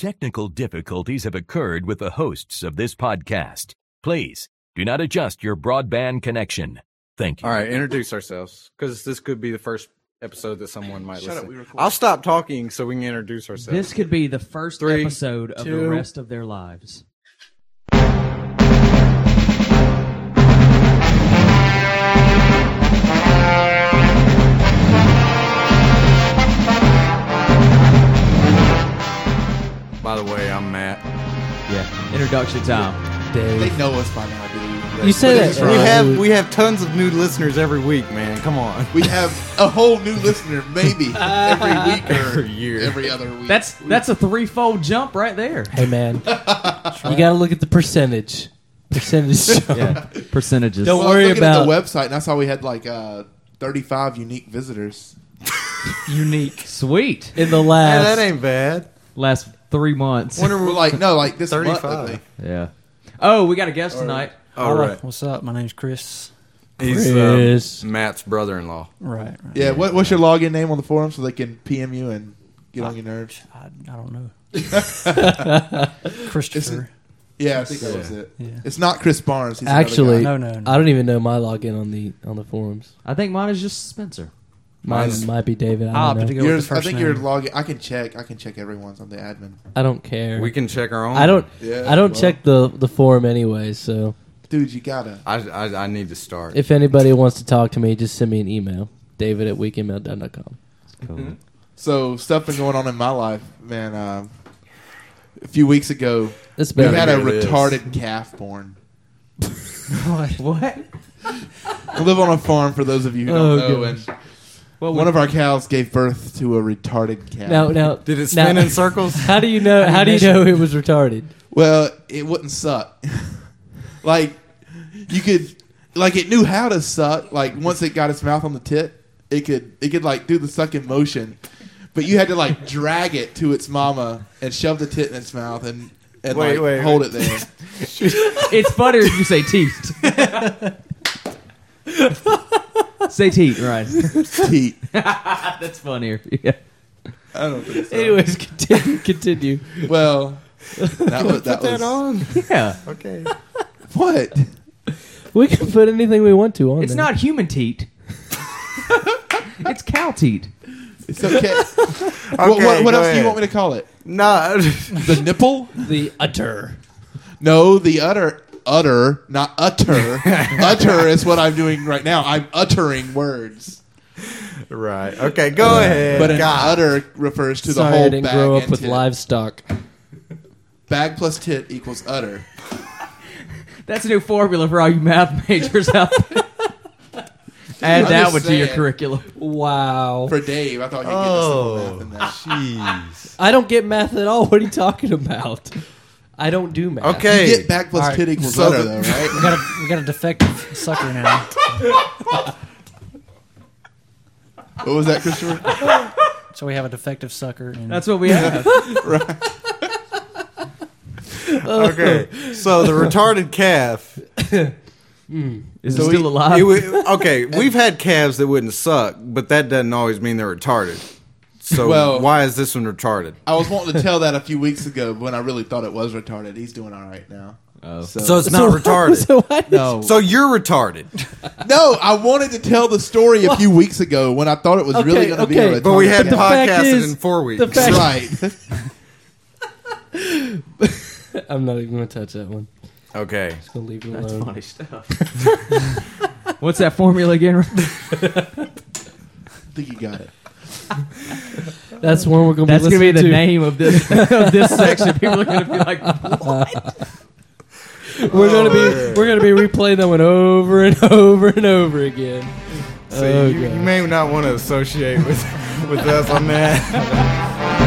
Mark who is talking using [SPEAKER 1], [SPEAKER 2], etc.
[SPEAKER 1] Technical difficulties have occurred with the hosts of this podcast. Please do not adjust your broadband connection. Thank you.
[SPEAKER 2] All right, introduce ourselves because this could be the first episode that someone might
[SPEAKER 3] Shut up,
[SPEAKER 2] listen.
[SPEAKER 3] we record.
[SPEAKER 2] I'll stop talking so we can introduce ourselves.
[SPEAKER 4] This could be the first
[SPEAKER 2] Three,
[SPEAKER 4] episode of
[SPEAKER 2] two.
[SPEAKER 4] the rest of their lives.
[SPEAKER 2] By the way, I'm Matt.
[SPEAKER 4] Yeah. Introduction time. Dave.
[SPEAKER 3] They know us by now, dude.
[SPEAKER 4] You say that-
[SPEAKER 3] That's
[SPEAKER 2] We
[SPEAKER 4] Right.
[SPEAKER 2] have we have tons of new listeners every week, man. Come on.
[SPEAKER 3] We have a whole new listener, maybe every week or
[SPEAKER 2] Every year.
[SPEAKER 3] every other week.
[SPEAKER 4] That's that's a threefold jump right there.
[SPEAKER 5] Hey man, you got to look at the percentage. Percentage.
[SPEAKER 4] Yeah. Percentages.
[SPEAKER 5] Don't
[SPEAKER 3] well, I was
[SPEAKER 5] worry
[SPEAKER 3] looking at
[SPEAKER 5] about
[SPEAKER 3] the website, and I saw we had like uh, 35 unique visitors.
[SPEAKER 4] Unique. Sweet.
[SPEAKER 5] in the
[SPEAKER 2] Hey,
[SPEAKER 5] last.
[SPEAKER 2] that ain't bad.
[SPEAKER 4] Last three months.
[SPEAKER 3] Wonder we're like no, like this month. I
[SPEAKER 2] 35.
[SPEAKER 3] think.
[SPEAKER 4] Yeah. Oh, we got a guest tonight.
[SPEAKER 2] All right,
[SPEAKER 6] What's up? My name's Chris.
[SPEAKER 2] he's
[SPEAKER 5] Chris.
[SPEAKER 2] uh, Matt's brother-in-law.
[SPEAKER 6] Right. right.
[SPEAKER 3] Yeah. What, what's your login name on the forum so they can PM you and get on your nerves?
[SPEAKER 6] I, I don't know.
[SPEAKER 3] Isn't-
[SPEAKER 6] Christopher.
[SPEAKER 3] Yeah, I think that was it.
[SPEAKER 6] Yeah.
[SPEAKER 3] It's not Chris Barnes. He's another
[SPEAKER 5] Actually,
[SPEAKER 3] guy.
[SPEAKER 6] No, no, no.
[SPEAKER 5] I don't even know my login on the on the forums.
[SPEAKER 4] I think mine is just Spencer.
[SPEAKER 5] Mine
[SPEAKER 2] Mine's-
[SPEAKER 5] might be David.
[SPEAKER 6] I'll
[SPEAKER 5] I
[SPEAKER 6] have
[SPEAKER 5] don't,
[SPEAKER 6] to
[SPEAKER 5] know.
[SPEAKER 6] go
[SPEAKER 3] Yours-
[SPEAKER 6] with the
[SPEAKER 3] I
[SPEAKER 6] first
[SPEAKER 3] think
[SPEAKER 6] name.
[SPEAKER 3] your login. I can check. I can check everyone's on the admin.
[SPEAKER 5] I don't care.
[SPEAKER 2] We can check our own.
[SPEAKER 5] I don't.
[SPEAKER 3] Yeah,
[SPEAKER 5] I don't
[SPEAKER 3] well.
[SPEAKER 5] check the the forum anyway. So
[SPEAKER 3] Dude, you gotta.
[SPEAKER 2] I, I I need to start.
[SPEAKER 5] if anybody wants to talk to me, just send me an email. David at weekemail.com.
[SPEAKER 3] So stuff been going on in my life, man. Um, a few weeks ago,
[SPEAKER 5] It's
[SPEAKER 3] we
[SPEAKER 5] better.
[SPEAKER 3] had a
[SPEAKER 2] Here it is.
[SPEAKER 3] retarded calf born.
[SPEAKER 4] What?
[SPEAKER 3] I live on a farm for those of you who don't
[SPEAKER 5] Oh,
[SPEAKER 3] know,
[SPEAKER 5] gosh.
[SPEAKER 3] and
[SPEAKER 4] Well,
[SPEAKER 3] one of our cows gave birth to a retarded calf.
[SPEAKER 5] now now.
[SPEAKER 2] Did it
[SPEAKER 5] now-
[SPEAKER 2] spin in circles?
[SPEAKER 5] How do you know? How do you know it was retarded?
[SPEAKER 3] Well, it wouldn't suck. like you could, like it knew how to suck. Like once it got its mouth on the tit, it could it could like do the sucking motion, but you had to like drag it to its mama and shove the tit in its mouth and and
[SPEAKER 2] Wait,
[SPEAKER 3] like,
[SPEAKER 2] wait,
[SPEAKER 3] hold it there.
[SPEAKER 4] it's funnier if you say teeth. say teeth, right?
[SPEAKER 3] Teat.
[SPEAKER 4] That's funnier. Yeah.
[SPEAKER 3] I don't think so.
[SPEAKER 5] Anyways, continue. Continue.
[SPEAKER 3] Well, that was, that was
[SPEAKER 2] on.
[SPEAKER 4] Yeah.
[SPEAKER 2] Okay.
[SPEAKER 3] what?
[SPEAKER 5] We can put anything we want to on.
[SPEAKER 4] It's
[SPEAKER 5] there.
[SPEAKER 4] not human teat. it's cow teat.
[SPEAKER 3] It's okay. what what, what
[SPEAKER 2] go
[SPEAKER 3] else do you
[SPEAKER 2] ahead.
[SPEAKER 3] want me to call it?
[SPEAKER 2] No.
[SPEAKER 3] The nipple?
[SPEAKER 5] the utter.
[SPEAKER 3] No, the utter utter, not utter. utter is what I'm doing right now. I'm uttering words.
[SPEAKER 2] right. Okay. Go ahead.
[SPEAKER 3] But an
[SPEAKER 2] God.
[SPEAKER 3] utter refers to
[SPEAKER 5] Sorry,
[SPEAKER 3] the whole
[SPEAKER 5] I didn't
[SPEAKER 3] bag
[SPEAKER 5] grow up
[SPEAKER 3] and
[SPEAKER 5] with
[SPEAKER 3] tit.
[SPEAKER 5] livestock.
[SPEAKER 3] Bag plus tit equals utter.
[SPEAKER 4] That's a new formula for all you math majors out there. Add
[SPEAKER 3] I'm
[SPEAKER 4] that
[SPEAKER 3] just
[SPEAKER 4] one to your
[SPEAKER 3] saying.
[SPEAKER 4] curriculum.
[SPEAKER 5] Wow.
[SPEAKER 3] For Dave, I thought you'd
[SPEAKER 2] Oh.
[SPEAKER 3] get this in
[SPEAKER 2] Jeez.
[SPEAKER 5] I don't get math at all. What are you talking about? I don't do math.
[SPEAKER 3] that. You
[SPEAKER 2] Okay.
[SPEAKER 3] get bag plus
[SPEAKER 6] All right.
[SPEAKER 3] tit equals
[SPEAKER 2] So
[SPEAKER 3] utter,
[SPEAKER 2] the-
[SPEAKER 3] though, right?
[SPEAKER 6] we, got a, we got a defective sucker now.
[SPEAKER 3] What was that, Christopher?
[SPEAKER 6] So we have a defective sucker. And
[SPEAKER 4] That's what we have.
[SPEAKER 2] okay. So the retarded calf.
[SPEAKER 4] Is
[SPEAKER 2] So
[SPEAKER 4] it still
[SPEAKER 2] he-
[SPEAKER 4] alive?
[SPEAKER 2] he wa- okay, we've had calves that wouldn't suck, but that doesn't always mean they're retarded. So
[SPEAKER 3] Well-
[SPEAKER 2] why is this one retarded?
[SPEAKER 3] I was wanting to tell that a few weeks ago when I really thought it was retarded. He's doing all right now. Oh.
[SPEAKER 2] So it's not retarded.
[SPEAKER 5] So why did-
[SPEAKER 3] no.
[SPEAKER 2] So you're retarded,
[SPEAKER 3] No, I wanted to tell the story a few weeks ago when I thought it was really
[SPEAKER 5] Okay,
[SPEAKER 3] going to
[SPEAKER 5] okay.
[SPEAKER 3] be. A
[SPEAKER 2] but we had
[SPEAKER 3] retarded
[SPEAKER 5] the fact
[SPEAKER 2] podcasted
[SPEAKER 5] is-
[SPEAKER 2] in four weeks.
[SPEAKER 5] the fact-
[SPEAKER 3] right.
[SPEAKER 5] I'm not even going to touch that one.
[SPEAKER 2] okay,
[SPEAKER 5] Just going to leave it alone.
[SPEAKER 4] Funny stuff. What's that formula again?
[SPEAKER 3] I think you got it.
[SPEAKER 5] That's one we're going to be
[SPEAKER 4] That's gonna be the
[SPEAKER 5] listening to.
[SPEAKER 4] name of this of this section. People are gonna be like,
[SPEAKER 5] We're going to be we're going to be replaying that one over and over and over again.
[SPEAKER 2] so you, you may not want to associate with with us on that.